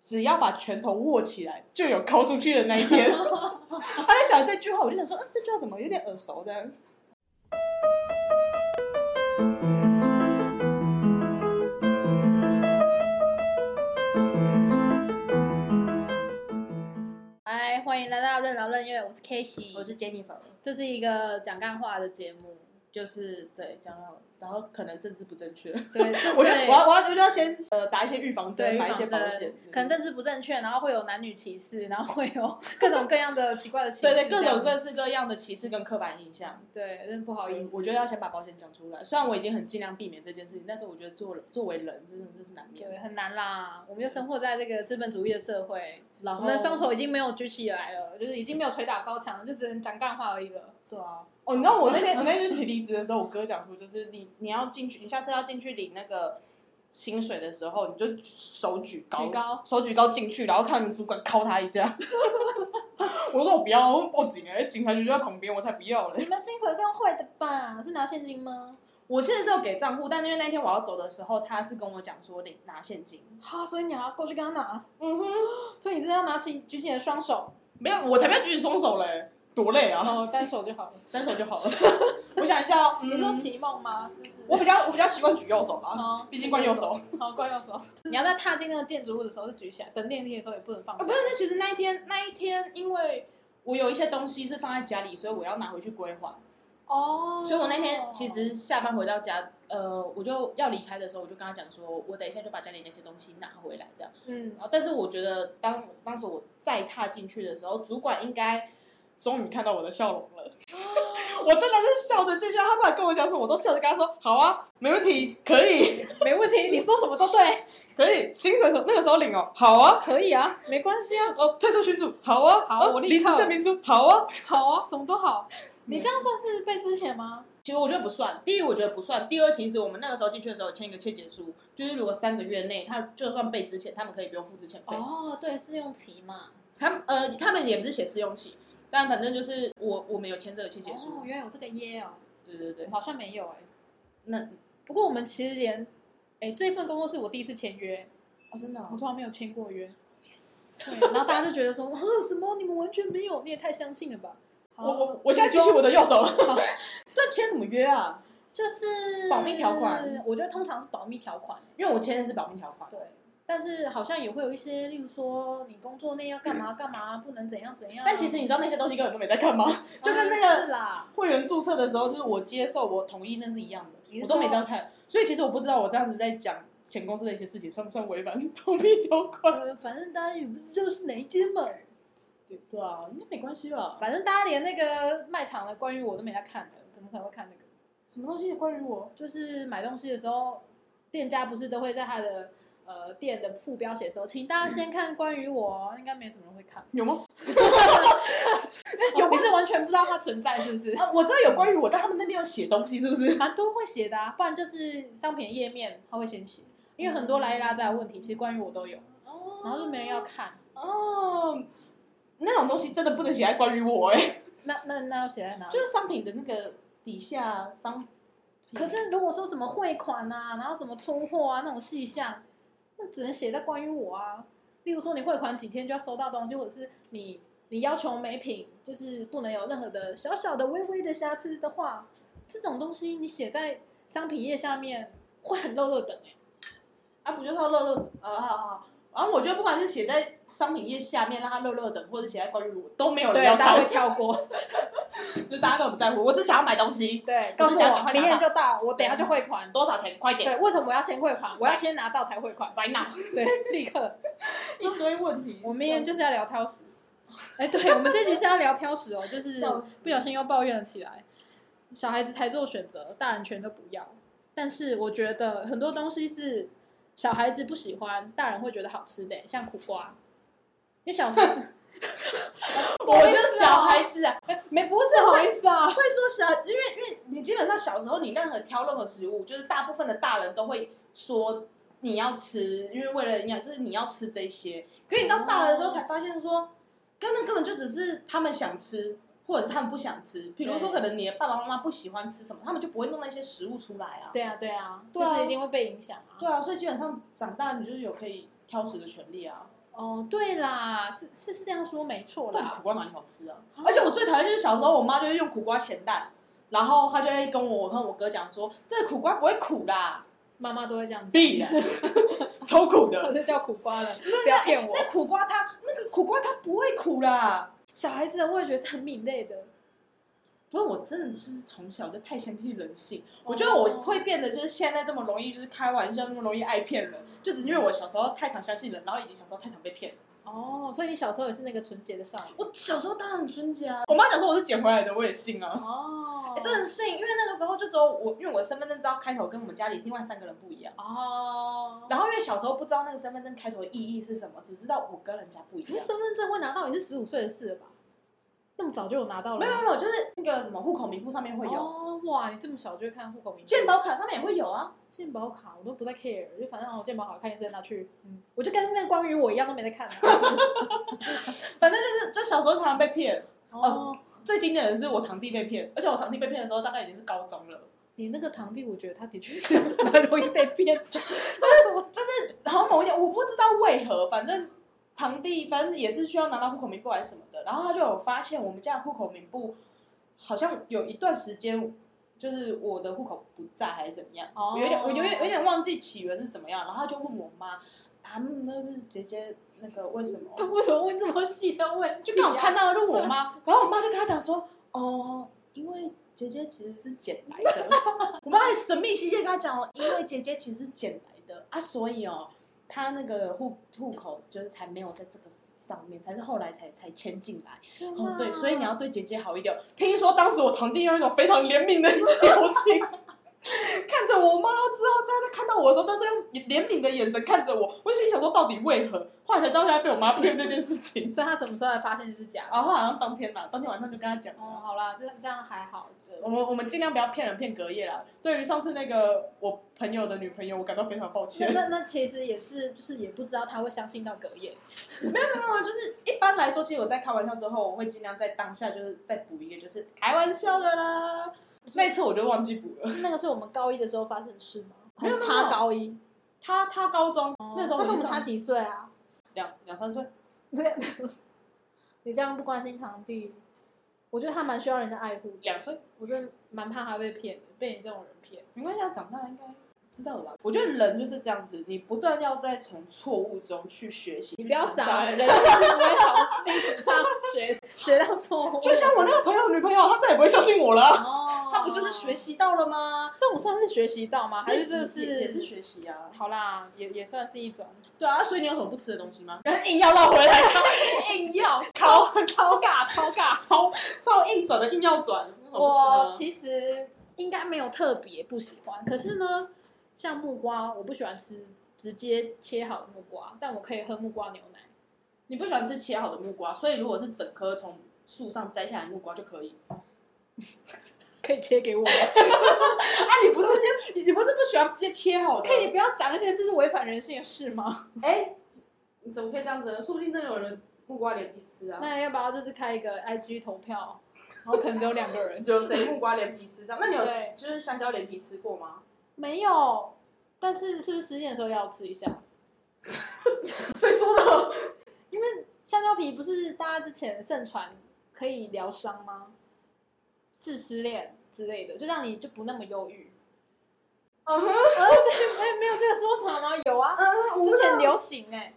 只要把拳头握起来，就有抠出去的那一 天。他在讲这句话，我就想说，嗯，这句话怎么有点耳熟这样？嗨，欢迎来到任劳任怨，我是 K 西，我是 Jennifer，这是一个讲干话的节 目，就是对讲到，然后可能政治不正确，对， 我就对我要我要我就要先呃打一些预防针，对买一些预防保针险，嗯可能政治不正确，然后会有男女歧视，然后会有各种各样的奇怪的歧视，对对各这样种各式各样的歧视跟刻板印象。对，真的不好意思，我觉得要先把保险讲出来，虽然我已经很尽量避免这件事情，但是我觉得做作为人，真的这是难免对的。很难啦，我们就生活在这个资本主义的社会，然我后们的双手已经没有举起来了，就是已经没有捶打高墙了，就只能讲干话而已了。对啊，哦，你知道我那 天我那天去离职的时候，我哥讲说，就是你你要进去，你下次要进去领那个薪水的时候，你就手举高，举高手举高进去，然后看你主管敲他一下。 我说我不要，我报警哎、警察局就在旁边，我才不要嘞。你们薪水是用汇的吧？是拿现金吗？我其实是有给账户，但因为那天我要走的时候，他是跟我讲说领拿现金。好，所以你还要过去跟他拿，嗯哼，所以你真的要拿起举起你的双手，没有，我才不要举起双手嘞，多累啊，哦，单手就好了。单手就好了。 我想一下哦，你说奇梦吗？就是我比较我比较习惯举右手啦，哦，毕竟惯右手。好惯右手。你要在踏进那个建筑物的时候就举起来，等电梯的时候也不能放啊，下不是，。那其实那一天那一天，因为我有一些东西是放在家里，所以我要拿回去归还。哦所以我那天其实下班回到家，呃，我就要离开的时候，我就跟他讲说，我等一下就把家里那些东西拿回来，这样。嗯，啊，但是我觉得当当时我再踏进去的时候，主管应该终于看到我的笑容了。哦 我真的是笑着进去，他不敢跟我讲什么，我都笑着跟他说：“好啊，没问题，可以， 没问题，你说什么都对，可以，薪水什那个时候领哦，好啊，可以啊，没关系啊，哦，退出群组，好啊，好哦我立离职刻证明书，好啊，好啊，什么都好。你这样算是被之前吗？其实我觉得不算，第一我觉得不算，第二其实我们那个时候进去的时候有签一个切结书，就是如果三个月内他就算被之前，他们可以不用付之前费。哦，对，试用期嘛。他们呃他们也不是写试用期，但反正就是我我们有签这个切结书。哦，原来有这个耶哦，对对我对们，好像没有哎。那不过我们其实连，哎，这份工作是我第一次签约，哦真的哦、我从来没有签过约。对，然后大家就觉得说，啊，什么？你们完全没有，你也太相信了吧？好我我我现在举起我的右手了。好但签什么约啊？就是保密条款，我觉得通常是保密条款，因为我签的是保密条款。对。但是好像也会有一些，例如说你工作内要干嘛干嘛，不能怎样怎样。但其实你知道那些东西根本都没在干嘛，就跟那当然个是啦，会员注册的时候，就是我接受我同意那是一样你的，是我说都没这样看，所以其实我不知道我这样子在讲前公司的一些事情算不算违反 保密条款。呃，反正大家也不知道是哪一间嘛，对对啊，应该没关系吧？反正大家连那个卖场的关于我都没在看的，怎么可能会看那个？什么东西关于我？就是买东西的时候，店家不是都会在他的呃店的副标写说，请大家先看关于我，哦应该没什么人会 看。有吗？有你是完全不知道它存在是不是？啊，我知道有关于我，但他们那边有写东西，是不是？蛮多会写的啊，不然就是商品页面他会先写，因为很多拉一拉杂的问题，其实关于我都有，哦然后就没人要看。哦，那种东西真的不能写在关于我哎、那那那要写在哪里就？是商品的那个底下商品。可是如果说什么汇款啊，然后什么出货啊那种细项，那只能写在关于我啊。例如说你汇款几天就要收到东西，或者是你你要求每品就是不能有任何的小小的微微的瑕疵的话，这种东西你写在商品页下面会很肉肉的啊，哎、不就是要乐乐啊啊啊！然后我觉得不管是写在商品页下面让它乐乐等，或者写在关于我，都没有人对，要大家看会，跳过。就大家都不在乎。我只想要买东西， 对，我告只诉想赶我快拿到明天就到，我等一下就汇款。多少钱？快点，对，为什么我要先汇款？我要先拿到才汇款。来拿！对，立刻。一堆问题我明天就是要聊挑食。哎，对，我们这集是要聊挑食哦，就是笑死不小心又抱怨了起来。小孩子才做选择，大人全都不要。但是我觉得很多东西是小孩子不喜欢，大人会觉得好吃的，像苦瓜。因为 小，不我就是小孩子啊，哎没不是好会意思啊会，说小，因为因为你基本上小时候你任何挑任何食物，就是大部分的大人都会说你要吃，因为为了营养，就是你要吃这些。可是你到大了之后才发现说，根本根本就只是他们想吃，或者是他们不想吃。比如说，可对能你的爸爸妈妈不喜欢吃什么，他们就不会弄那些食物出来啊。对啊，对啊，对啊就是一定会被影响啊。对啊，所以基本上长大你就是有可以挑食的权利啊。哦，对啦，是是是这样说没错但啦苦。瓜哪里好吃啊？而且我最讨厌就是小时候我妈就会用苦瓜咸蛋，然后她就会跟我我和我哥讲说，这个苦瓜不会苦啦，妈妈都会这样讲，必 然超苦我的。就叫苦 瓜了，不要骗我。那苦瓜它那个苦瓜它不会苦啦。小孩子的味觉是很敏锐的，不是，我真的就是从小就太相信人性。我觉得我哦会变得就是现在这么容易就是开玩笑，那么容易爱骗人，就只因为我小时候太常相信人，然后以及小时候太常被骗。哦，所以你小时候也是那个纯洁的少女我小时候当然很纯洁啊，我妈讲说我是捡回来的，我也信啊。哦哎、真的很信，因为那个时候就只有我，因为我的身份证知道开头跟我们家里另外三个人不一样。哦，然后因为小时候不知道那个身份证开头的意义是什么，只知道我跟人家不一可是样身。份证会拿到也是十五岁的事了吧？那么早就有拿到了没吗？有没有没有，就是那个什么户口名簿上面会有，啊哦，哇，你这么小就会看户口名簿？健保卡上面也会有啊。健保卡我都不太 care，就反正哦，健保卡看医生拿去，嗯，我就跟那个关于我一样都没在看、啊 反正就是，就小时候常常被骗。哦，最经典的是我堂弟被骗，而且我堂弟被骗的时候大概已经是高中了。 你那个堂弟，我觉得他的确是蛮容易被骗的。然后某一天我不知道为何，反正堂弟反正也是需要拿到户口名簿还是什么的，然后他就有发现我们家的户口名簿好像有一段时间。就是我的户口不在还是怎么样哦我 有点我有点有点忘记起源是怎么样，然后他就问我妈啊，那是姐姐那个为什么？他为什么问这么细的问题、啊就刚好看，到就问我妈，然后我妈就跟他讲说，哦，因为姐姐其实是捡来的，我妈还神秘兮兮地跟他讲哦，因为姐姐其实是捡来的啊，所以哦，她那个户户口就是才没有在这个上面，才是后来才才迁进来。天哪哦，对，所以你要对姐姐好一点。听说当时我堂弟用一种非常怜悯的表情。看着我，我妈都知道她在看到我的时候，都是用怜悯的眼神看着我。我就心里想说，到底为何？后来才知道，原来被我妈骗这件事情。所以他什么时候才发现是假的？然后好像当天吧，当天晚上就跟他讲哦，了。好啦，这这样还好。我们我们尽量不要骗人骗隔夜啦。对于上次那个我朋友的女朋友，我感到非常抱 那歉。那那其实也是，就是也不知道他会相信到隔夜。那么啊就是一般来说，其实我在开玩笑之后，我会尽量在当下就是再补一个，就是开玩笑的啦。那一次我就忘记补了。那个是我们高一的时候发生的事吗？没有没有没他有高一，哦他哦他高中、那时候他跟我就们上差几岁啊？两两三岁，你这样不关心堂弟，我觉得他蛮需要人家爱护的。两岁我真的蛮怕他被骗的，被你这种人骗。没关系，他啊长大了应该知道了吧？我觉得人就是这样子，你不断要再从错误中去学习。你去不要成傻长了，人家就是不会从历史上学 学到错误。就像我那个朋友女朋友，她再也不会相信我了。啊哦，她不就是学？习到了吗？这种算是学习到吗？还是这是哦也也是？学习啊？好啦，也也算是一种对啊，所以你有什么不吃的东西 吗？硬要绕回来，硬要 超超尬超尬。 超超硬转的硬要转，你有什么我不吃的呢其实应该没有特别不喜欢，可是呢，像木瓜，我不喜欢吃直接切好的木瓜，但我可以喝木瓜牛奶。你不喜欢吃切好的木瓜，所以如果是整颗从树上摘下来的木瓜就可以。可以切给我 吗？啊，你不是你你不是不喜欢切好的？ 可以，不要讲那些这是违反人性的事吗？ 哎，你怎么可以这样子呢？说不定真的有人木瓜连皮 吃啊。 那要不要就是开一个 IG 投票，然后可能只有两个 人？有谁木瓜连皮吃这样？那你有对就是香蕉连皮吃过吗？没有，但是是不是失恋的时候要吃一下？ 谁说的？香蕉皮不是大家之前盛传可以疗伤吗？治失恋之类的，就让你就不那么忧郁。嗯 哼，呃，对，没没有这个说法吗？有啊， 嗯之前流行哎、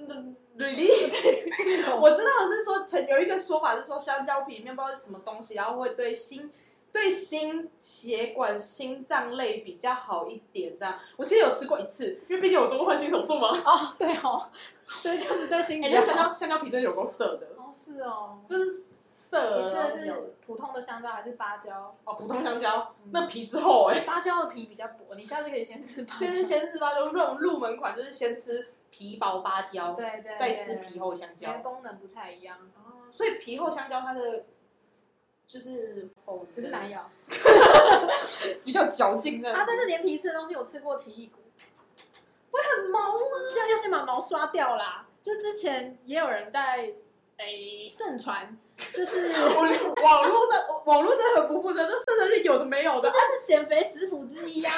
嗯，really？我知道的是说，曾有一个说法是说，香蕉皮面包是什么东西，然后会对心、对心血管、心脏类比较好一点。这样，我其实有吃过一次，因为毕竟我做过换心手术 嘛。哦，对哦，所以这样子对心哎、比较那香好。蕉香蕉皮真的有够涩的，哦，是哦，就是涩你吃然后的有是普通的香蕉还是芭蕉？哦，普通香蕉，嗯那皮之厚哎、芭蕉的皮比较薄，你下次可以先吃芭蕉。先先吃芭蕉，那种入门款就是先吃皮薄芭蕉，对对，再吃皮，厚香因为蕉。功能不太一样，哦，所以皮厚香蕉它的就是哦，只是难咬。比较嚼劲的啊，但是连皮吃的东西，我吃过奇异果，很毛要要先把毛刷掉啦。就之前也有人在诶盛传，就是 我网络上网络真的很不负责，任，这甚至是有的没有的，这是减肥食谱之一啊。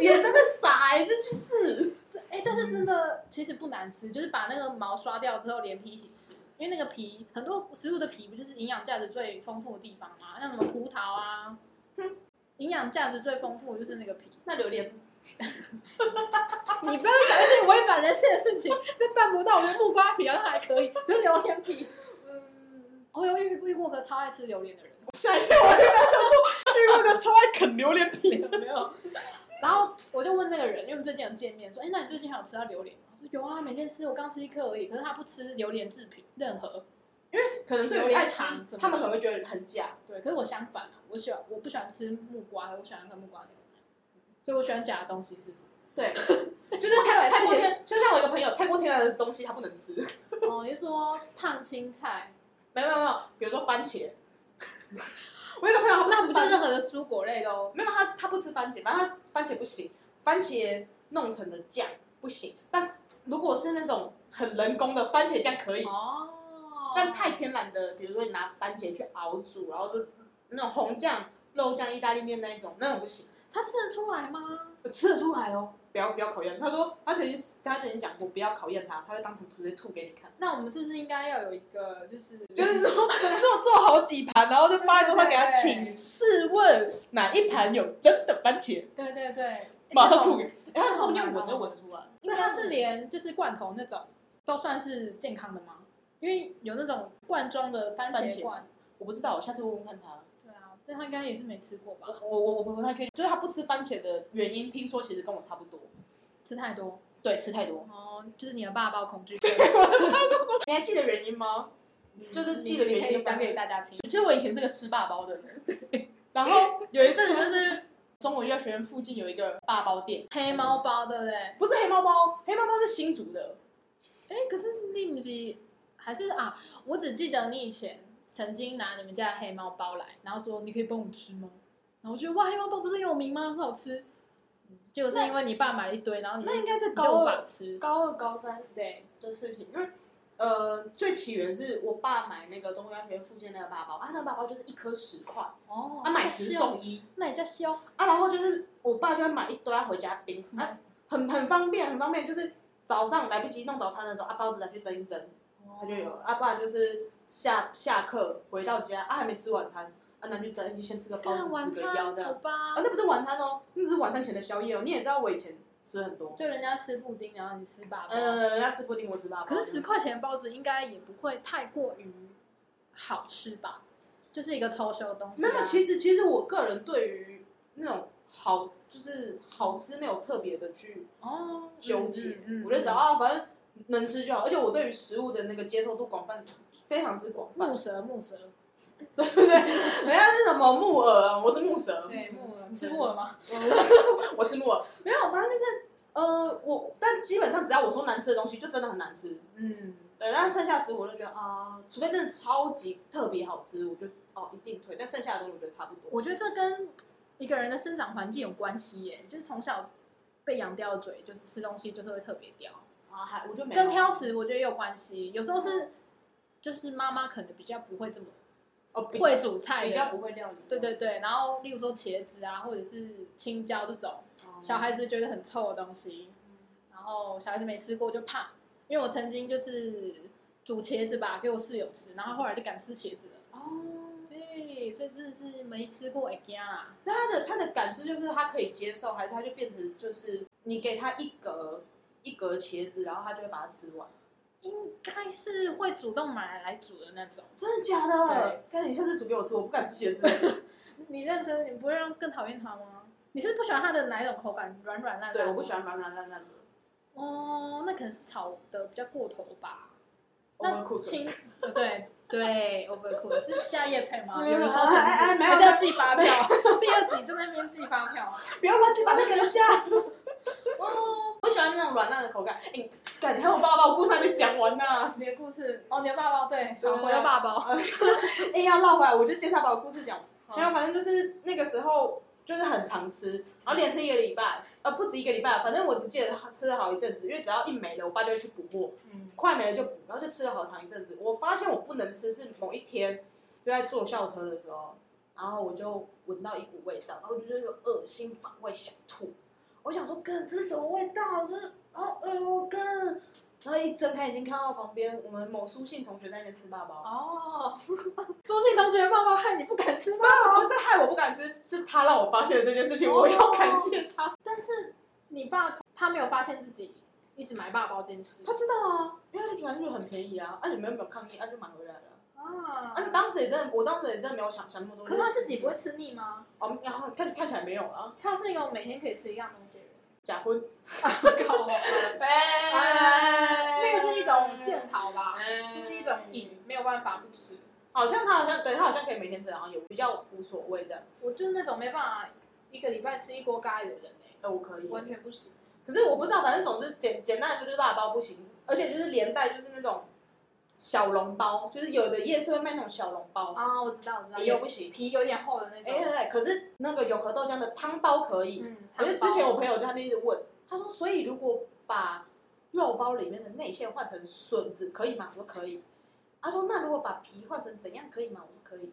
也真的傻哎、就去试。哎、但是真的其实不难吃，就是把那个毛刷掉之后连皮一起吃，因为那个皮很多食物的皮不就是营养价值最丰富的地方吗？像什么葡萄啊，营养价值最丰富就是那个皮。那榴莲啊你不要再讲一些违反人性的事情，那办不到。我们木瓜皮好像还可以，可是榴莲皮，嗯，我哦有遇遇过个超爱吃榴莲的人，吓一跳，我原来想说遇到个超爱啃榴莲没皮的，有没有。然后我就问那个人，因为我们最近有见面，说：“哎、那你最近还有吃到榴莲吗？”他说：“有啊，每天吃，我刚吃一颗而已。”可是他不吃榴莲制品任何，可能对榴于莲爱吃糖什么，的他们可能会觉得很假。对。可是我相反啊，我喜欢我不喜欢吃木瓜，我喜欢喝木瓜牛奶，所以我喜欢假的东西是什么？对，就是 泰泰国天，就像我一个朋友，泰国天然的东西他不能吃，哦，你是说烫青菜？没有没有没有，比如说番茄， 我有一个朋友他不那吃不番就茄，任何的蔬果类都没有他他不吃番茄，反正他番茄不行，番茄弄成的酱不行，但如果是那种很人工的番茄酱可以，哦。但太天然的，比如说你拿番茄去熬煮，然后就那种红酱、肉酱、意大利面那一种，那种不行。它吃得出来吗？我吃得出来哦，不要不要考验。他说他曾经他曾经讲过，不要考验他，他会当场直接吐给你看。那我们是不是应该要有一个就是就是说， 那种做好几盘，然后再放在桌上给他对请。试问哪一盘有真的番茄？对对对，马上吐给。哎，那他种说不定闻都闻得出来。所以它是连就是罐头那种都算是健康的吗？因为有那种罐装的番番茄茄罐，我不知道，我下次问问看他。对啊，但他应该也是没吃过吧？我我我不太确定，就是他不吃番茄的原因，听说其实跟我差不多。吃太多对，吃太多。哦，就是你的爸爸恐惧症，你还记得原因吗？就是记得你原因可以讲给大家听。其实我以前是个吃爸包的 人，然后有一阵子就是中国医药学院附近有一个爸包店，黑猫包对不对？不是黑猫包，黑猫包是新竹的，哎，可是你不是还是啊？我只记得你以前曾经拿你们家的黑猫包来，然后说你可以帮我吃吗？然后我觉得哇，黑猫包不是很有名吗？很好吃。结果是因为你爸买了一堆，然后你那应该是你就无高法二吃。高二高三对，的事情，因为呃最起源是我爸买那个中国医药学院附近那个爸包啊，那个爸包就是一颗十块，哦，啊买十送一那也叫削。啊，然后就是我爸就会买一堆要回家冰，啊嗯很很方便很方便，就是早上来不及弄早餐的时候啊包子拿去蒸一蒸。他就有啊，不然就是下下课回到家啊，还没吃晚餐啊，那就整一先吃个包干子，晚吃个腰餐这好样。吧啊，？那不是晚餐哦，那只是晚餐前的宵夜哦。你也知道我以前吃很多，就人家吃布丁，然后你吃粑粑。呃，人家吃布丁，我吃粑粑。嗯可是十块钱的包子应该也不会太过于好吃吧？就是一个抽修的东西、没啊。有，其实其实我个人对于那种好就是好吃没有特别的去哦纠结，嗯嗯嗯我就找啊，反正能吃就好。而且我对于食物的那个接受度广泛，非常之广泛木。蛇木蛇，人家是什么木耳啊，我是木蛇，木耳，你吃木耳吗？ 我我吃木耳，没有，反正就是呃，我但基本上只要我说难吃的东西，就真的很难吃。嗯，对，但是剩下食物我就觉得啊、呃除非真的超级特别好吃，我就哦一定推。但剩下的东西我觉得差不多。我觉得这跟一个人的生长环境有关系耶，就是从小被养掉的嘴，就是吃东西就是会特别刁，啊，还我就没有跟挑食我觉得也有关系，有时候是啊就是妈妈可能比较不会这么哦，比较会煮菜的比较不会料理。对对对，然后例如说茄子啊，或者是青椒这种哦，小孩子觉得很臭的东西，然后小孩子没吃过就胖，因为我曾经就是煮茄子吧给我室友吃，然后后来就敢吃茄子了。哦，对，所以真的是没吃过会惊啦。所以他的他的感知就是他可以接受，还是他就变成就是你给他一格一格茄子，然后他就会把它吃完。应该是会主动买来煮的那种。真的假的？但你下次煮给我吃，我不敢吃茄子。你认真，你不会让更讨厌它吗？你是不喜欢它的哪一种口感？软软烂烂？ 对，我不喜。欢软软烂烂的。哦，那可能是炒的比较过头吧。 那 Overcooked 青，呃对对，overcook 是下夜配吗？没有有人哎哎哎没有还是要寄发票？第二集就在那边寄发票。啊不要乱七八糟给 人家。哦， 我喜欢那种软烂的口感。哎、你感觉我爸爸，我故事还没讲完呢、你的故事哦，你的爸爸对，对好，回到爸爸。哎、要绕回来，我就介绍把我故事讲完。好然后反正就是那个时候，就是很常吃，然后连吃一个礼拜，呃，不止一个礼拜，反正我只记得吃了好一阵子，因为只要一没了，我爸就会去补货，嗯，快没了就补，然后就吃了好长一阵子。我发现我不能吃，是某一天就在坐校车的时候，然后我就闻到一股呃味道，然后我就觉得有恶心反胃，想吐。我想说，哥，这是什么味道？这是啊，然后哎呦干，然后一睁开眼睛看到旁边我们某苏姓同学在那边吃爸爸，哦， 周信同学的爸爸害你不敢吃吗？不是害我不敢吃，是他让我发现了这件事情，我要感谢他。但是你爸他没有发现自己一直买爸包这件事他知道啊，因为他就反正就很便宜啊，啊你们有没有抗议，啊就买回来了。啊，啊当时也真的，我当时也真的没有想想那么多。可是他自己不会吃腻吗？哦，然后看看起来没有了，他是一个每天可以吃一样东西的人。假婚。 靠哎那个是一种健逃吧，哎就是一种瘾，没有办法不吃。好像他好像对他好像可以每天吃，然后也比较无所谓这样。我就是那种没办法一个礼拜吃一锅咖喱的人哎、呃，我可以。完全不行。可是我不知道，反正总之简简单来说就是爸爸包不行，而且就是连带就是那种小笼包，就是有的夜市会卖那种小笼包，啊，我知道，我知道，也有不行。皮有点厚的那哎、对种。对，可是那个永和豆浆的汤包可以。嗯，可是之前我朋友就他们一直问，他说，所以如果把肉包里面的内馅换成笋子可以吗？我说可以。他说那如果把皮换成怎样可以吗？我说可以。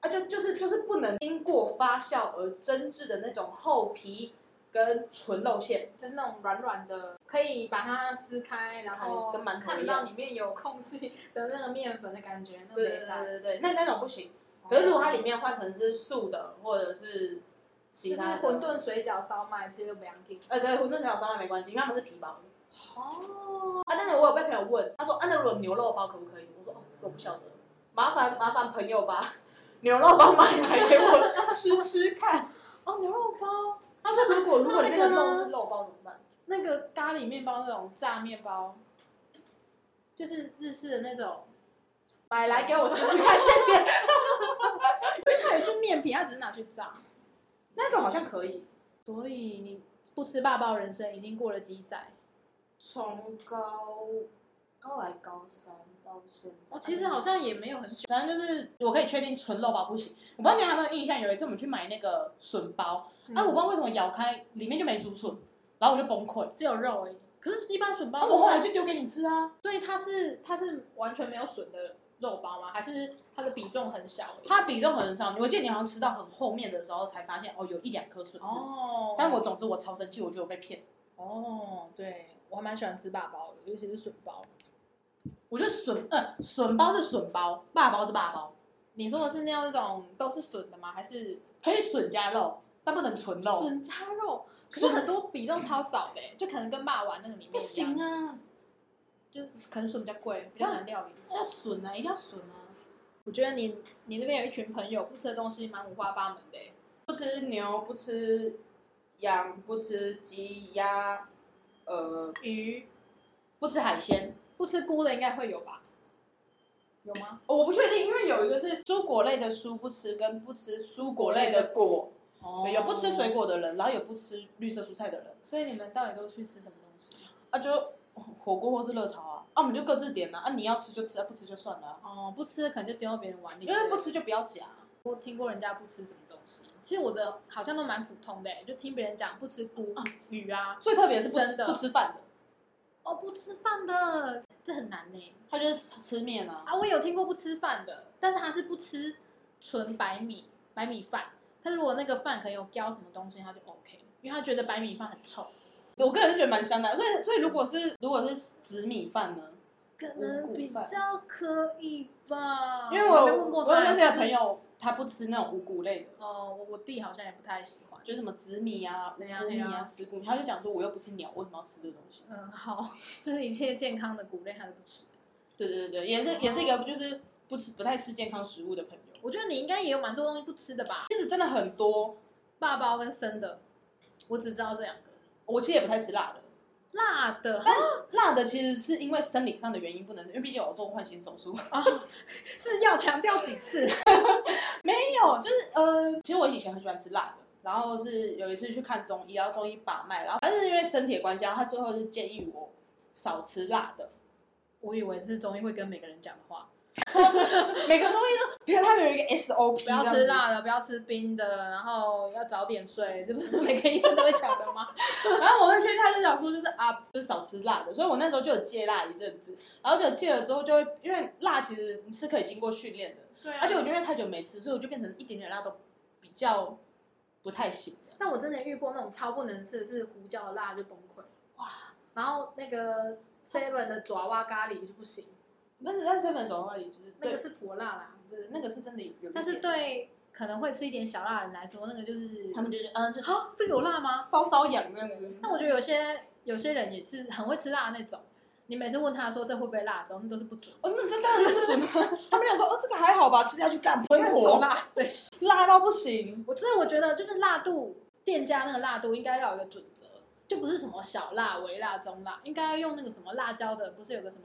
啊，就就是就是不能经过发酵而蒸制的那种厚皮跟纯肉馅，就是那种软软的，可以把它撕开，然后跟馒头看一得样到里面有空隙的那个面粉的感觉，那对个对嗯没哦塞对对对，那那种不行。可是如果它里面换成是素的或者是就其是他的，馄饨、水饺、烧麦这些都不要给。呃，所以馄饨小烧麦没关系，因为他们是皮包的。哦，啊，但是我有被朋友问，他说啊，那如果牛肉包可不可以？我说哦，这个我不晓得，麻烦麻烦朋友把 牛肉包买来给我吃吃看。哦，牛肉包，他说如果如果那那那个个肉呢是肉包怎么办？那个咖喱面包那种炸面包，就是日式的那种，买来给我吃吃看，谢谢。 它也是面皮，它只是拿去炸。那种好像可以，所以你不吃霸包，人生已经过了几载。从高高来高三到现在，哦，其实好像也没有很久。反正就是我可以确定纯肉包不行。我不知道你还有没有印象，有一次我们去买那个笋包，嗯哎、啊我不知道为什么咬开里面就没竹笋，然后我就崩溃。只有肉而已。可是，一般笋包，然后我后来就丢给你吃啊。所以它是它是完全没有笋的肉包吗？还是它的比重很小而已？它比重很少，我记得你好像吃到很后面的时候才发现，哦，有一两颗笋子。哦但我总之我超生气，我觉得我被骗。哦，对我还蛮喜欢吃霸包的，尤其是笋包。我觉得笋，呃，笋包是笋包，霸包是霸包，你说的是那种都是笋的吗？还是可以笋加肉，但不能纯肉。笋加肉？可是笋很多比重超少的欸、就可能跟霸王那个里面不行啊，啊，就可能笋比较贵，比较难料理。要笋啊，一定要笋啊。我觉得你你那边有一群朋友不吃的东西蛮五花八门的欸、不吃牛，不吃羊，不吃鸡鸭，呃，鱼不吃海鲜。不吃菇的应该会有吧？有吗？哦我不确定，因为有一个是蔬果类的蔬不吃，跟不吃蔬果类的果，哦对有不吃水，果的人，然后有不吃绿色蔬菜的人。所以你们到底都去吃什么东西？啊，就火锅或是热炒啊，啊，我们就各自点啊，啊，你要吃就吃，啊，不吃就算了、啊，哦，不吃的可能就丢到别人碗里，因为不。吃就不要夹。啊我听过人家不吃什么东西，其实我的好像都蛮普通的欸、就听别人讲不吃菇、鱼啊，最特别是不吃真的不吃饭的，哦，不吃饭的，这很难呢、欸他就是吃吃面啊。啊，我有听过不吃饭的，但是他是不吃纯白米白米饭，他如果那个饭可能有浇什么东西，他就 OK，因为他觉得白米饭很臭，我个人是觉得蛮香的啊，所以所以如果是如果是紫米饭呢，可能比较可以吧因为啊我我还没问过我有认识的就是朋友，他不吃那种五谷类的，哦，我我弟好像也不太喜欢。就是什么紫米啊、五对啊谷米对啊、啊石谷米，他就讲说我又不是鸟，为什么要吃这个东西？嗯，好， 就是一切健康的谷类他都不吃。对对对对，也哦是也是一个就是不吃不太吃健康食物的朋友，我觉得你应该也有蛮多东西不吃的吧，其实真的很多，爸包跟生的，我只知道这两个。我其实也不太吃辣的。辣的 辣的其实是因为生理上的原因不能吃，因为毕竟我做过换心手 术。啊，是要强调几次？ 没有，就是呃，其实我以前很喜欢吃辣的，然后是有一次去看中医，然后中医把脉，然后但是因为身体的关系，然后他最后是建议我少吃辣的。我以为是中医会跟每个人讲的话， 每个中医都，比如他们有一个 SOP，不要这样子吃。辣的，不要吃冰的，然后要早点睡，这不是每个医生都会讲的 吗？然后我会劝他就讲说，就是啊，就是少吃辣的。所以我那时候就有戒辣一阵子，然后就有戒了之后，就会因为辣其实你是可以经过训练的，对、而且我因为太久没吃，所以我就变成一点点辣都比较不太行。但我真的遇过那种超不能吃的是胡椒的辣就崩溃。哇，然后那个 Seven 的爪哇咖喱就不行，但是但是日本转化里就是那对个是婆辣啦。对那个是真的有一点，但是对可能会吃一点小辣的人来说，那个就是他们就是嗯，就啊，这个有辣吗？搔搔痒那样子。那我觉得有些有些人也是很会吃辣的那种，你每次问他说这会不会辣的时候，他们都是不准，哦，那这当然不准了。 他们俩说哦，这个还好吧，吃下去干 喷超火，辣。对，辣到不行。我所以我觉得就是辣度，店家那个辣度应该要有一个准则，就不是什么小辣、微辣、中辣，应该要用那个什么辣椒的，不是有个什么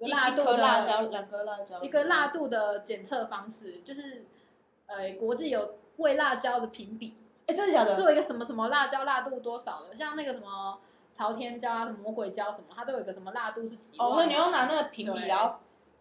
有一辣一度颗的辣椒，两颗辣椒，一个辣度的检测方式，就是呃国际有为辣椒的评比，哎，真的假的？做一个什么什么辣椒辣度多少的，像那个什么朝天椒啊、什么魔鬼椒什么，它都有一个什么辣度是几万。哦，那你要拿那个评比，对然后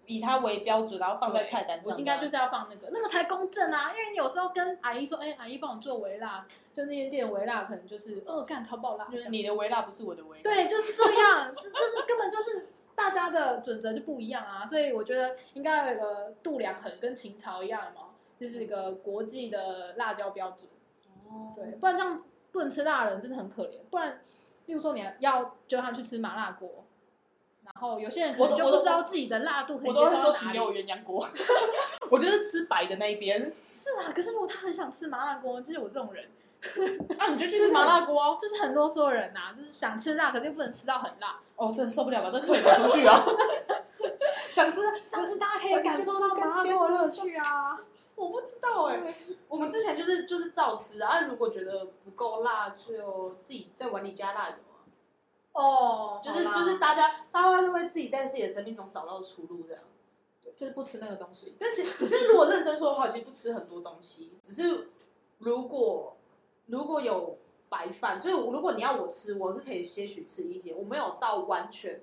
以它为标准，然后放在菜单我上。应该就是要放那个，那个才公正啊！因为你有时候跟阿姨说，哎、阿姨帮我做微辣，就那间店的微辣可能就是，哦，干超爆辣，就是你的微辣不是我的微辣。对，就是这样，就就是根本就是大家的准则就不一样啊，所以我觉得应该要有一个度量衡，跟秦朝一样嘛，就是一个国际的辣椒标准。哦，对，不然这样不能吃辣的人真的很可怜。不然，例如说你要叫他去吃麻辣锅，然后有些人可我都能就我不都知道自己的辣度可以我接都受会说到请哪给我里。鸳鸯锅， 我就是吃白的那一 边。是啊，可是如果他很想吃麻辣锅，就是我这种人，那你就去吃麻辣锅啊。就是很啰嗦的人呐、就是想吃辣，可是又不能吃到很辣。哦，真的受不了，把这客人赶出去啊！ 想吃，这样子大家可以感受到麻辣神经锅跟的煎乐的趣啊。我不知道哎、我们之前就是就是照吃啊，如果觉得不够辣，就自己在碗里加辣油啊。哦，就是好啦就是大家大家都会自己在自己的生命中找到出路这样。就是不吃那个东西。但其实其实如果认真说的话，我其实不吃很多东西，只是如果如果有白饭，就是如果你要我吃，我是可以些许吃一些，我没有到完全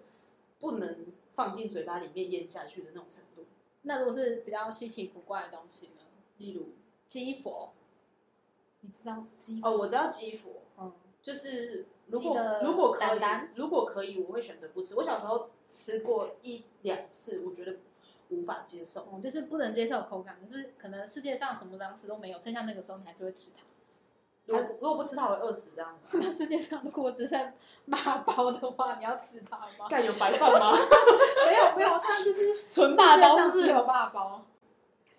不能放进嘴巴里面咽下去的那种程度。那如果是比较稀奇古怪的东西呢？例如，鸡佛，你知道鸡哦，我知知道鸡脯，嗯，就是如果鸡的如果可以胆胆如果可以，我会选择不吃。我小时候吃过一两次，我觉得无法接受。我哦就是不能接受口感，可是可能世界上什么粮食都没有，剩下那个时候你还是会吃它。 如果如果不吃它，我会饿死这样 子。那世界上如果只剩马包的话，你要吃它吗？盖有白饭 吗？ 没有没有，它就是纯霸世界包上是只有霸包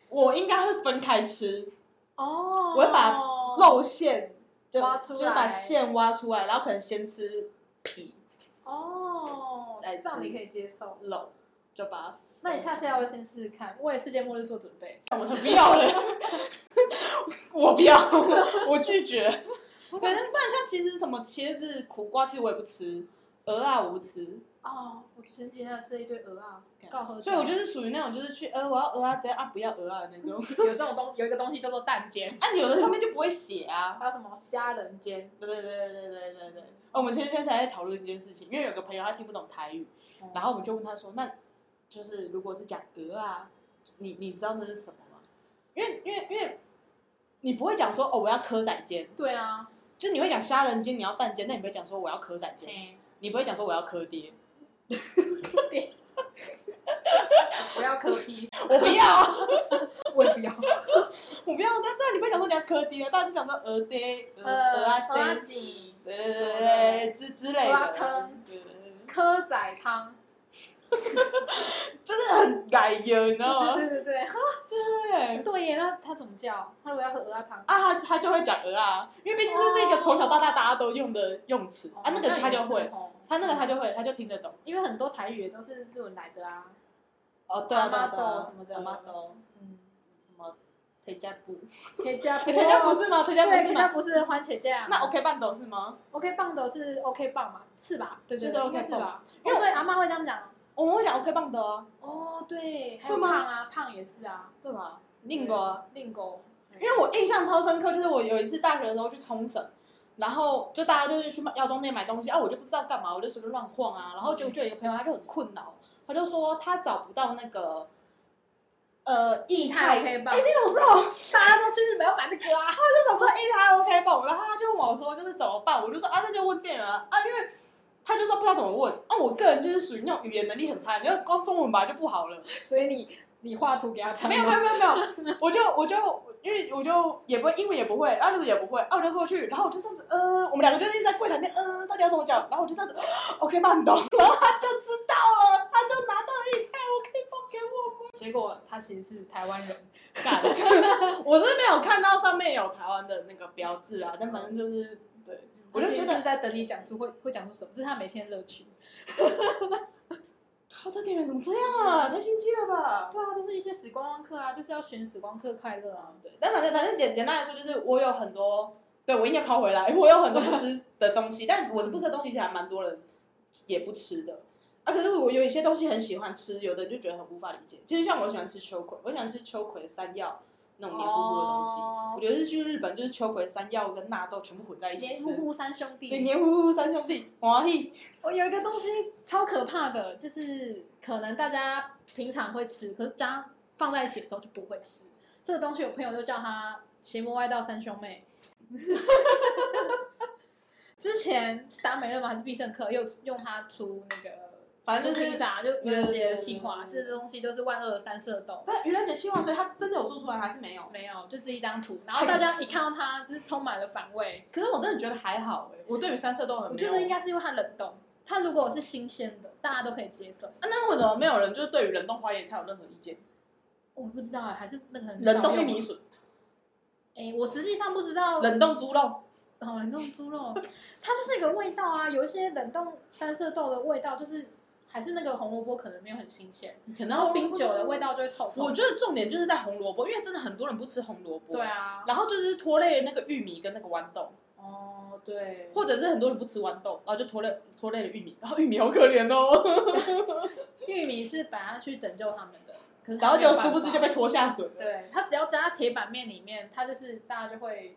我应该会分开吃，哦我会把肉馅就挖出来就是把馅挖出来，然后可能先吃皮哦，再吃这样你可以接受。肉，就把那你下次要先试试看，为世界末日做准备。它我才不要了， 我不要，我拒绝。我对，想那不然像其实什么茄子、苦瓜，其实我也不吃，鹅啊我不吃，哦，我前几天还吃了一堆鹅啊，干告喝水，所以我就是属于那种就是去呃我要鹅啊，怎样啊不要鹅啊的那种。 有这种东有一个东西叫做蛋煎，啊，有的上面就不会写啊。还有什么虾仁煎，对对对对对对对。哦，我们前几天才在讨论这件事情，因为有个朋友他听不懂台语，然后我们就问他说：“那就是如果是讲鹅啊，你你知道那是什么吗？”因为因为因为你不会讲说哦我要蚵仔煎，对啊，就你会讲虾仁煎，你要蛋煎，那你不会讲说我要蚵仔煎，嗯，你不会讲说我要蚵爹， 不要磕 批，我不要，啊我也不 要。我不要，但但你不会讲说你要蚵爹，大家就讲说鹅爹、呃鹅鹅啊蚵煎，仔对对对对之之类鹅啊的，汤对对对蚵仔啊汤，真的很改油，你知道吗？ 对对对对对，。对耶，那他怎么叫？他如果要喝鹅仔汤，啊，他他就会讲鹅啊，因为毕竟这是一个从小到大大家都用的用词、哦啊，那个他就会，，他那个他就，就会，他就听得懂。哦嗯因为很多台语也都是日文来的啊，哦，对啊，对啊， Amado 对啊什么的，Amado，嗯，什么推加布，铁加推铁加不是吗？推加对，不铁是加吗？不是番茄酱，啊那 OK 半斗是吗？ OK 棒的是 OK 棒嘛，是吧？对对就是对，应 OK 该是吧？因为所以阿妈会这样讲。我们会讲 OK 半斗啊，哦，对，还有会吗胖啊，胖也是啊，对吧？另一个啊，令狗，因为我印象超深刻，就是我有一次大学的时候去冲绳，然后就大家就是去买药妆店买东西啊，我就不知道干嘛，我就随便乱晃啊，然后就就有一个朋友他就很困扰，他就说他找不到那个呃液液态， 态 OK 棒哎、，你怎么知道？大家都去日本要买这个 啊，他就找不到液态 OK 棒，然后他就问我说就是怎么办，我就说啊那就问店员啊，啊因为。他就说不知道怎么问，啊，我个人就是属于那种语言能力很差，你就光中文吧就不好了。 所以你你画图给他看吗，没有没有没有没有，我就我就因为我就也不会英文也不会，然后日文也不会，然后我就过去，然后我就这样子，呃，我们两个就一直在柜台面，呃，到底要怎么讲？然后我就这样子呃，OK 慢懂， 然后他就知道了，他就拿到一袋 OK 包给我结果他其实是台湾人，干，们。 我是没有看到上面有台湾的那个标志啊，但反正就是对，我就觉他其实是得在等你讲出会会讲出什么，这是他每天的乐趣。靠，这店员怎么这样啊？太心机了吧！对啊，就是一些死观光客啊，就是要寻死光客快乐啊。对，但反正反正简简单来说，就是我有很多，对我应该考回来，因为我有很多不吃的东西，但我不吃的东西其实还蛮多人也不吃的。啊，可是我有一些东西很喜欢吃，有的人就觉得很无法理解。其实像我喜欢吃秋葵，我喜欢吃秋葵山药那种黏糊糊的东西。哦我觉得是去日本就是秋葵山药跟纳豆全部混在一起黏吃糊，糊三兄对，弟，黏糊糊三兄弟，哇嘿，我有一个东西超可怕的，就是可能大家平常会吃，可是家放在一起的时候就不会吃。这个东西，我朋友就叫它“邪魔外道三兄妹” 。之前是达美乐吗？还是必胜客又用它出那个，反正就披是。萨，就愚人节的计嗯划嗯，嗯这东西就是万恶的三色豆。但愚人节计划，所以它真的有做出来还是没有？没有，就是一张图，然后太大可家惜一看到它，就是充满了反胃。可是我真的觉得还好哎、我对于三色豆很我没有觉得应该是因为它冷冻，它如果是新鲜的，大家都可以接受。啊，那为什么没有人就是对于冷冻花椰菜有任何意见？我不知道欸，还是那个很冷冻玉少用米笋、哎、我实际上不知道冷冻猪肉，哦，冷冻猪肉，它就是一个味道啊。有一些冷冻三色豆的味道，就是还是那个红萝卜可能没有很新鲜，可然能后要冰酒的味。道就会臭臭。我觉得重点就是在红萝卜，因为真的很多人不吃红萝卜。对。啊，然后就是拖累那个玉米跟那个豌豆，哦对，或者是很多人不吃豌豆，然后就拖累拖累了玉米，然后玉米好可怜哦，玉米是本来要去拯救他们的，可是它然后 没有就办殊不知法就被拖下水了，对，它只要加铁板面里面，它就是大家就会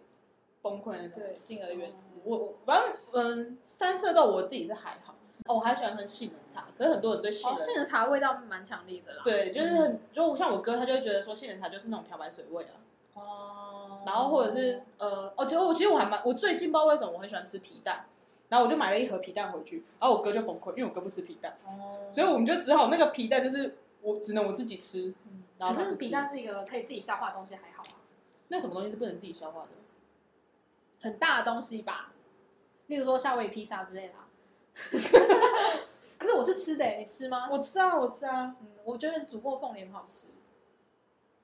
崩溃那种。对敬而远之。我我反正嗯，三色豆我自己是还好，哦，我还喜欢喝杏仁茶，可是很多人对杏哦，嗯仁杏仁茶味道蛮强烈的啦。对，就是很就像我哥，他就会觉得说杏仁茶就是那种漂白水味啊，哦，然后或者是呃，哦，其实我其实我还蛮，我最近不知道为什么我很喜欢吃皮蛋，然后我就买了一盒皮蛋回去，然后我哥就崩溃，因为我哥不吃皮蛋，哦，所以我们就只好那个皮蛋就是我只能我自己吃，嗯然后可他是不吃皮蛋是一个可以自己消化的东西，还好啊。那什么东西是不能自己消化的？很大的东西吧，例如说夏威夷披萨之类的啊、 可是我是吃的、欸你吃吗？我吃啊，我吃啊，嗯，我觉得煮过凤梨很好吃，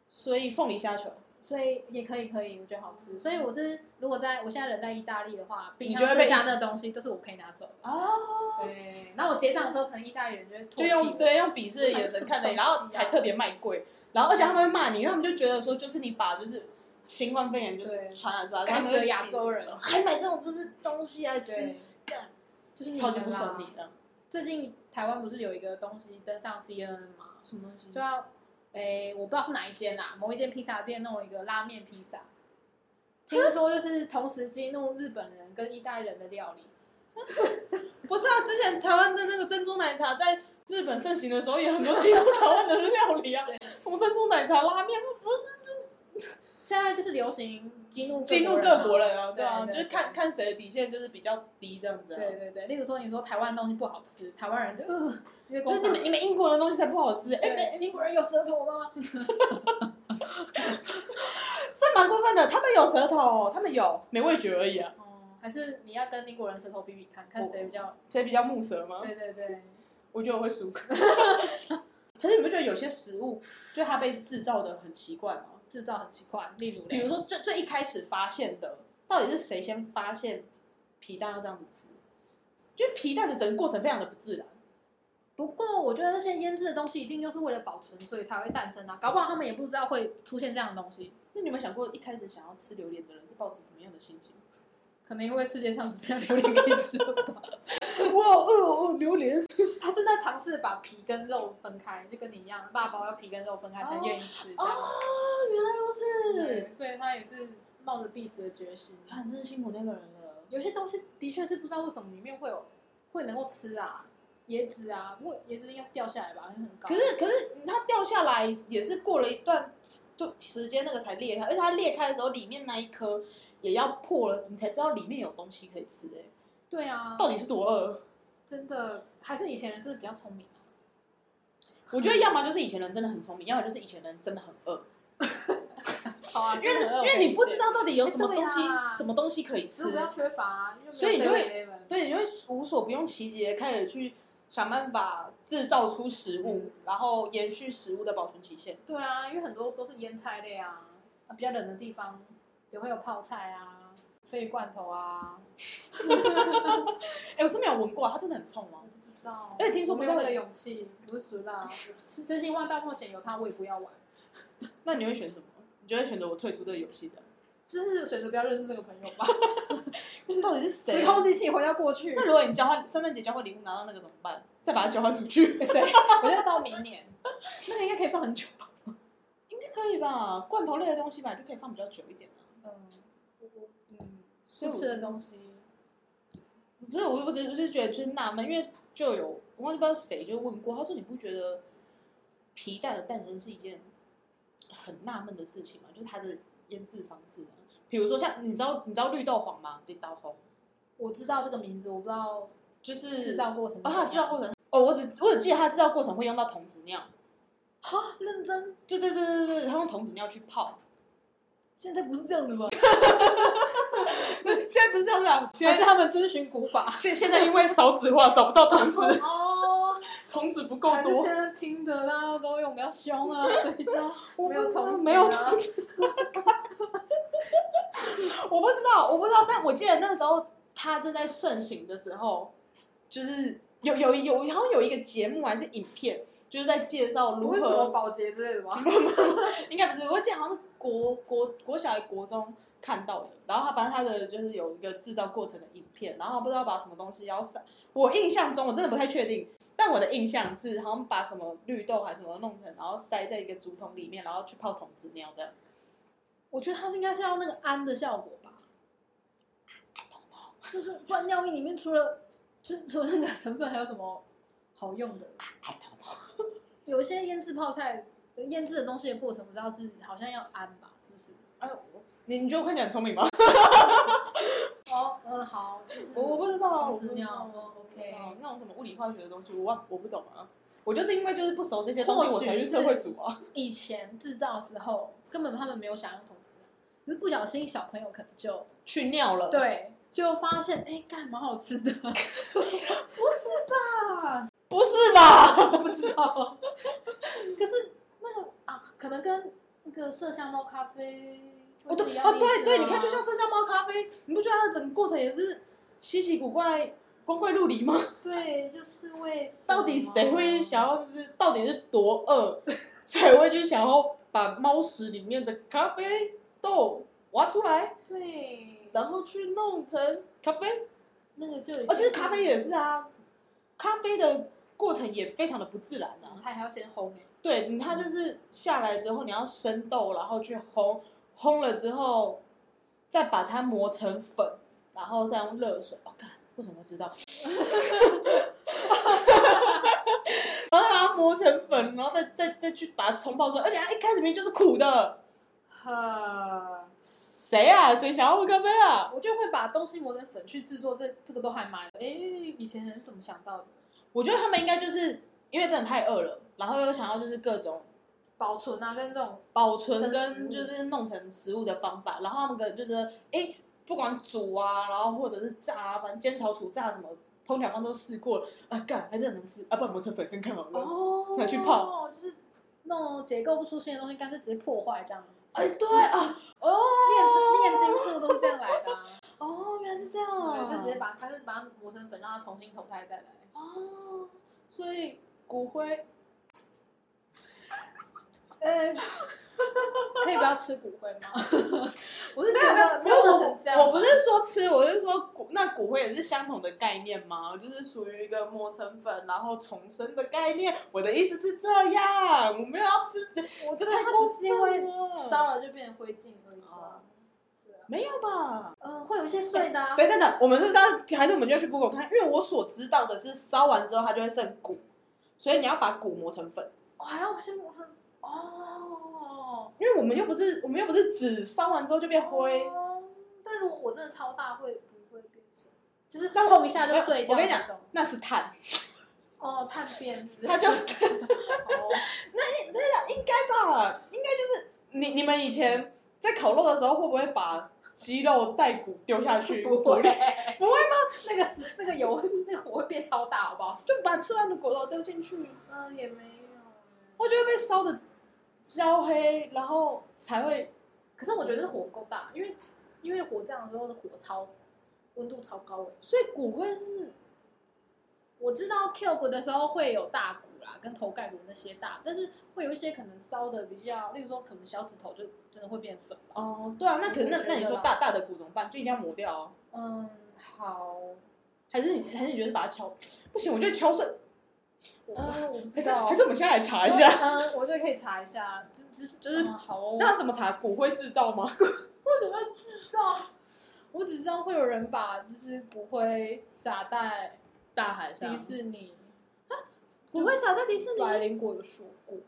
所以凤梨虾球，所以也可以可以，我觉得好吃。所以我是如果在我现在人在意大利的话，你冰就箱会被剩下那东西都是我可以拿走的。哦，对，然后我结账的时候，可能意大利人就会唾就弃用我，对用鄙视的眼神看着你，然后还特别卖贵，然后而且他们会骂你，因为他们就觉得说就是你把就是新冠肺炎就是对传染出来，该他死们的会亚洲人，还买这种就是东西来吃对，，干就是你超级们不啦爽你。的，最近台湾不是有一个东西登上 CNN 吗？什么东西就要，诶、我不知道是哪一间啦，某一间披萨店弄了一个拉面披萨，听说就是同时激怒日本人跟意大利人的料理。不是啊，之前台湾的那个珍珠奶茶在日本盛行的时候，也很多进口台湾的料理啊，什么珍珠奶茶、拉面，现在就是流行激怒进入人各嘛国人啊，对啊，对就是看看谁的底线就是比较低这样子啊。对对对，例如说你说台湾东西不好吃，台湾人就呃，你在就工是你厂们你们英国人的东西才不好吃，哎、对没英国人有舌头吗？这蛮过分的。他们有舌头，他们有没味觉而已啊，哦，还是你要跟英国人舌头比比看看谁比较？谁比较木舌吗？对对对，我觉得我会输。可是你不觉得有些食物，就它被制造的很奇怪吗？制造很奇怪，例如嘞比如说最最一开始发现的，到底是谁先发现皮蛋要这样子吃？就皮蛋的整个过程非常的不自然。不过我觉得那些腌制的东西一定就是为了保存，所以才会诞生啊。搞不好他们也不知道会出现这样的东西，那你有没有想过，一开始想要吃榴莲的人是抱持什么样的心 情？可能因为世界上只剩下榴莲可以吃了吧。哇哦哦，榴莲！ 他正在尝试把皮跟肉分开，就跟你一样，爸爸要皮跟肉分开才愿意吃这样。哦，原来如对，此。所以他也是冒着必死的决心。啊，真是辛苦那个人了。有些东西的确是不知道为什么里面会有会能够吃啊，椰子啊，不过椰子应该是掉下来吧，因为很高。可是可是它掉下来也是过了一段就时间，那个才裂开，而且它裂开的时候，里面那一颗也要破了，你才知道里面有东西可以吃、欸。对啊，到底是多饿？真的还是以前人真的比较聪明啊。我觉得要么就是以前人真的很聪明，要么就是以前人真的很饿。好啊，因为可乐因为你不知道到底有什么欸哎对东西啦什么东西可以食物吃不，要缺乏啊，因为没有所以你就会 7-Eleven 对，你会无所不用其极，开始去想办法制造出食嗯物，然后延续食物的保存期限。对啊，因为很多都是腌菜类啊，啊比较冷的地方也会有泡菜啊、鲱鱼罐头啊，哎，我是没有闻过啊，它真的很冲吗我？不知道。哎听说不没是有会那个勇气，不是俗辣，是真心话大冒险有它我也不要玩，那你会选什么？你就会选择我退出这个游戏的。就是选择不要认识那个朋友吧。这到底是谁时啊？空机器回到过去，那如果你交换圣诞节交换礼物拿到那个怎么办？再把它交换出去？对，我要到明年， 那个应该可以放很久吧？应该可以吧？罐头类的东西吧，就可以放比较久一点啊。嗯，我我嗯，所以不我吃的东西，不是，我我只是我就是觉得就是纳闷，因为就有我忘记不知道谁就问过，他说你不觉得皮蛋的诞生是一件很纳闷的事情吗？就是它的腌制方式啊，比如说像你知道你知道绿豆黄吗？绿豆黄我知道这个名字，我不知道就是制造过程。啊，它制造过程哦，我只我只记得它制造过程会用到童子尿，哈，认真，对对对对对，他用童子尿去泡，现在不是这样的吗？ 现在不是这样讲，还是他们遵循古法？现现在因为少子化找不到童 子，哦，童子不够还是多现，在听的大家都用比较凶啊，所以就我没有不知道童子没有啊童子，我不知道，我不知道，但我记得那时候他正在盛行的时候，就是有有有好像有一个节目还是影片，就是在介绍如不是什么何，保洁之类的吧？应该不是，我记得好像是国国国小还是国中看到的，然后他反正他的就是有一个制造过程的影片，然后他不知道把什么东西要撒，我印象中我真的不太确定。但我的印象是，好像把什么绿豆还是什么弄成，然后塞在一个竹筒里面，然后去泡桶子尿这样。我觉得它是应该是要那个氨的效果吧，就是不然尿液里面除了就是除了那个成分还有什么好用的？ I don't know 有一些腌制泡菜、腌制的东西的过程，不知道是好像要氨吧，是不是？哎，我你你觉得我看起来很聪明吗？哦，嗯，好，就是我我不知道啊，我童不子知道尿啊哦我不知，OK 道啊那种什么物理化学的东西，我忘我不懂啊。我就是因为就是不熟这些东或西，许我才去社会组啊。以前制造的时候，根本他们没有想用童子尿，可是不小心小朋友可能就去尿了，，对，就发现哎，干蛮好吃 的，不是吧？ 我不知 道。可是那个啊，可能跟那个麝香猫咖啡哦会是对一样的哦意思吗。啊对对，你看就像麝香猫咖啡，你不觉得它的整个过程也是稀奇古怪、光怪陆离吗？ 对，就是为什么到底谁会想要就是到底是多饿 才会去想要把猫屎里面的咖啡豆挖出来，对然后去弄成咖啡？那个就已哦，其实经咖啡也是啊，咖啡的过程也非常的不自然啊。他还要先烘哎、对，你它就是下来之后，你要生豆，然后去烘，烘了之后再把它磨成粉，然后再用热水。哦，干，为什么会知道？ 然后再把它磨成粉，然后再再再去把它冲泡出来，而且它一开始明明就是苦的。哈，谁啊？谁想要喝咖啡啊？我就会把东西磨成粉去制作这这个都还蛮哎、以前人怎么想到的？我觉得他们应该就是因为真的太饿了，然后又想要就是各种保存啊，跟这种保存生食跟物就是弄成食物的方法，然后他们可能就是哎、诶不管煮啊，然后或者是炸啊，反正煎、炒、煮、炸什么，烹调方都试过了，啊，干还是很能吃啊，不然磨成粉跟干嘛了？哦，拿去泡，就是那种结构不出现的东西，干脆直接破坏这样。哎、对啊，哦炼金炼金术都是这样来的、啊，哦，原来是这样啊，对，就直哦接把它就把它磨成粉，让它重新投胎再来。哦，所以骨灰呃， 可以不要吃骨灰 吗？我是觉没有得没没有有我成这样，我不是说吃，我是说骨那骨灰也是相同的概念吗？就是属于一个磨成粉然后重生的概念，我的意思是这样，我没有要吃，我这这太太过过分是因为了，烧了就变成灰烬而已哦吧。没有吧？嗯，会有一些碎的、啊。等等等，我们是不是要还是我们就要去 Google 看？因为我所知道的是烧完之后它就会剩骨，所以你要把骨磨成粉。我哦还要先磨成哦，因为我们又不是我们又不是只烧完之后就变灰，哦但如果火真的超大，会不会变成？就是那碰一下就碎我掉跟你那讲种。，那是碳，哦，碳变质。它就哦， 哎应该吧？应该就是你你们以前在烤肉的时候会不会把鸡肉带骨丢下去？ 不会，不会吗？那个那个油会那个火会变超大，好不好？就把吃完的果肉丢进去，嗯，也没有。我就会被烧的焦黑，然后才会可是我觉得火不够大，因为因为火葬的时候的火超温度超高诶。所以骨灰是我知道 Q 骨的时候会有大骨啦，跟头盖骨那些大，但是会有一些可能烧的比较，例如说可能小指头就真的会变粉吧。哦，对啊，那可那我觉得那你说啦大大的骨怎么办？就一定要磨掉啊？嗯，好，还是你还是你觉得把它敲？不行，我觉得敲碎。嗯、我我还不知是道， 还是我们现在来查一下，嗯，我觉得可以查一下，只只是就是嗯好 哦。 那要怎么查？骨灰制造吗？为什么要制造？我只知道会有人把就是骨灰撒在 大海迪士尼，骨灰撒在迪士白尼，灵果有说过，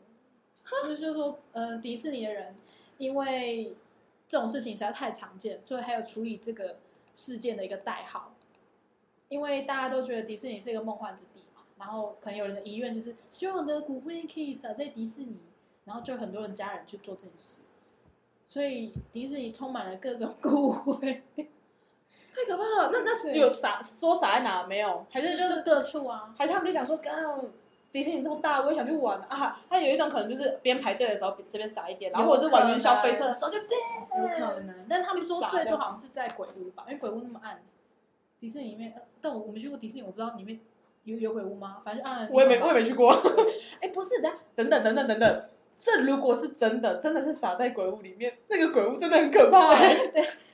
就是就是说，呃，迪士尼的人因为这种事情实在太常见，所以还有处理这个事件的一个代号，因为大家都觉得迪士尼是一个梦幻之地嘛，然后可能有人的遗愿就是希望我的骨灰可以撒在迪士尼，然后就很多人家人去做这件事，所以迪士尼充满了各种 骨灰。太可怕了。那那是对有撒说撒在哪没有？还是就是各处啊，还是他们就想说，刚迪士尼这么大，我也想去玩啊。他有一种可能就是边排队的时候这边撒一点，然后或者是玩元宵飞车的时候就对，有可能，但他们说撒最掉多好像是在鬼屋吧，因为鬼屋那么暗，迪士尼里面，呃但我我没去过迪士尼，我不知道里面有有鬼屋吗？反正就暗啊 暗的地我也没方我吧也没去过。哎，不是的，等等等等等等，这如果是真的，真的是撒在鬼屋里面，那个鬼屋真的很可怕、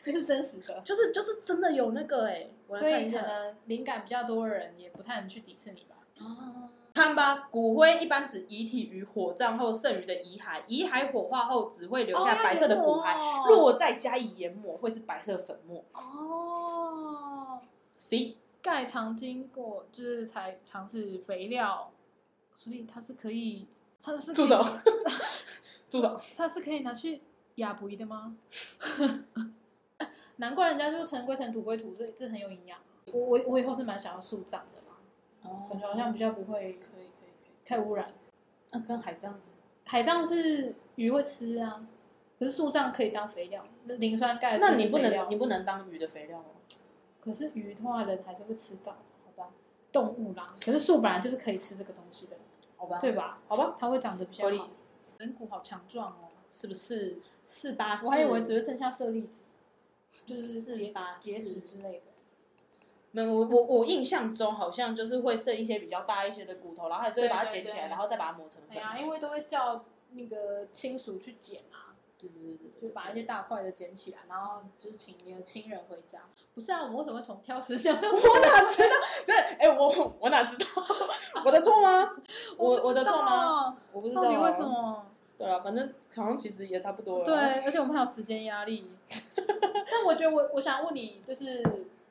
那是真实的，就是就是真的有那个哎、我来所看以一可下。能灵感比较多的人也不太能去迪士尼吧。哦哦看吧，骨灰一般指遗体与火葬后剩余的遗骸，遗骸火化后只会留下白色的骨骸，哦若再加以研磨，会是白色粉末。哦， C，盖常经过就是才尝试肥料，所以它是可以，它是可以住手，住手。它是可以拿去雅补仪的吗？ 难怪人家就尘归尘，土归土，所以这很有营养。我我我以后是蛮想要树葬的啦，哦感觉好像比较不会可以可以可以。太污染。那跟海葬海葬是鱼会吃啊，可是树葬可以当肥料，那磷酸钙那你不是肥料能你不能当鱼的肥料吗？可是鱼的话人还是会吃到，好吧？动物啦，可是树本来就是可以吃这个东西的，好吧，对，吧？好吧，它会长得比较合理好。人骨好强壮哦，是不是四八四？我还以为只会剩下舍利子，就是四结八结四石之类的。没有，我我我印象中好像就是会剩一些比较大一些的骨头，然后还是会把它对对捡起来，对然后再把它磨成粉。哎呀，因为都会叫那个亲属去捡啊，对对对对对 就把一些大块的捡起来，然后就是请你的亲人回家。不是啊，我们为什么会从挑食讲 到我哪知道？对，哎、我我哪知道？ 我的错吗？我我的错吗？吗？我不知道、啊到底为什？么？对啊，反正好像其实也差不多了。对，，而且我们还有时间压力。 但我觉得我我想问你，就是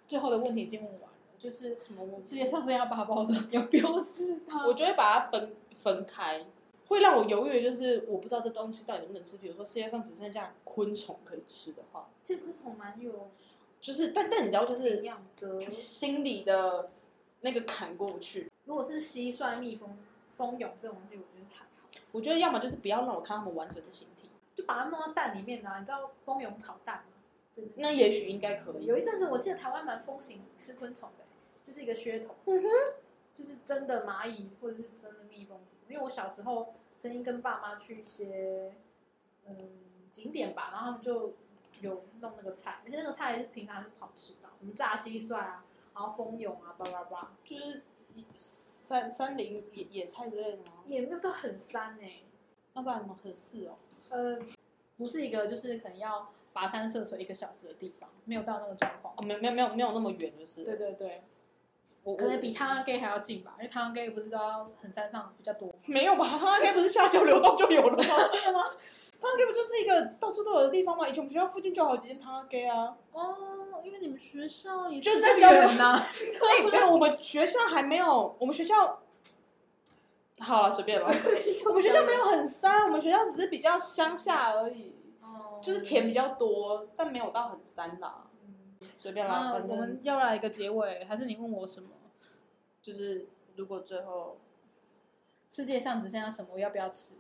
最后的问题已经问完了，就是什么我世界上这样八宝砖有标志它，我就会把它分分开。会让我犹豫的就是，我不知道这东西到底能不能吃。比如说，世界上只剩下昆虫可以吃的话，这昆虫蛮有就是，但但你知道，就是营养的。心里的那个坎过不去。如果是蟋蟀、蜜蜂、蜂蛹这种东西，我觉得还好。我觉得要么就是不要让我看他们完整的形体，就把它弄到蛋里面啊，你知道蜂蛹炒蛋吗？就种那也许应该可对以。有一阵子我记得台湾蛮风行吃昆虫的、就是一个噱头，就是真的蚂蚁或者是真的蜜蜂什么。因为我小时候曾经跟爸妈去一些嗯景点吧，然后他们就有弄那个菜，而且那个菜是平常是不好吃到，什么炸蟋蟀啊，然后蜂蛹啊，叭叭叭，就是山山林野野菜之类的吗？也没有到很膻哎、要不然什么合适哦？呃，不是一个就是可能要跋山涉水一个小时的地方，没有到那个状况。哦，没有没有没有没有那么远，就是对对对，我可能我比汤阿 gay 还要近吧，因为汤阿 gay 不是都要很山上比较多。没有吧？ 他应该不是下九流动就 有了吗？真的吗？他应该不就是一个到处都有的地方吗？以前我们学校附近就有好几间汤给啊。哦，因为你们学校也就在交流呢， 哎、没有，我们学校还没有，我们学校好了，随 便了。我们学校没有很山，我们学校只是比较乡下而已，哦就是田比较多，但没有到很山啦。随便啦，那反哦我们正要来一个结尾，还是你问我什么？就是如果最后世界上只剩下什么？我要不要吃？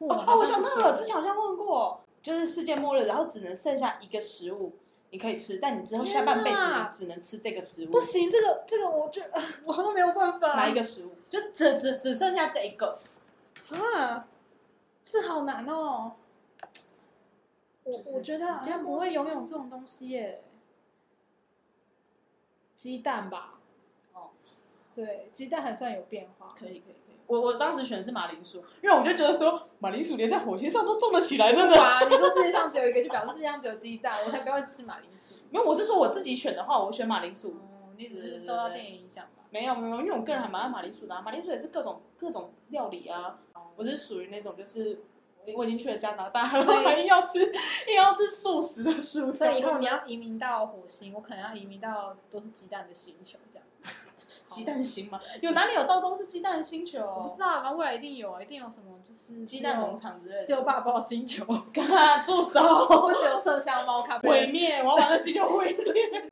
哦哦哦，我想到了，之前好像问过，就是世界末日，然后只能剩下一个食物你可以吃，但你之后下半辈子天哪只能吃这个食物不。行，这个这个我就 我都没有办法。哪一个食物？就只只只剩下这一个，啊，这好难哦。我就是我觉得好时间像不会游泳这种东西耶。鸡蛋吧。哦。对，鸡蛋还算有变化。可以可以可以。我我当时选的是马铃薯，因为我就觉得说马铃薯连在火星上都种得起来的呢。啊哇，你说世界上只有一个，就表示世界上只有鸡蛋，我才不要吃马铃薯。没有，我是说我自己选的话，我选马铃薯。哦，你只是受到电影影响吧？没有没有，因为我个人还蛮爱马铃薯的、啊，马铃薯也是各种各种料理啊。我是属于那种就是我我已经去了加拿大，然后还 硬要吃硬要吃素食的薯条。所以以后你要移民到火星，我可能要移民到都是鸡蛋的星球 这样。鸡蛋星嘛，有哪里有到都是鸡蛋星我不球知、道，啊反正未来一定有，一定有什么就是鸡蛋农农，场之类只有的。爸爸星球， 干住手！ 我只有麝香猫咖啡。毁灭，我要把那星球毁灭。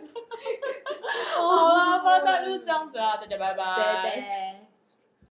好啦，反正大概就是这样子啦，大家拜拜。拜拜。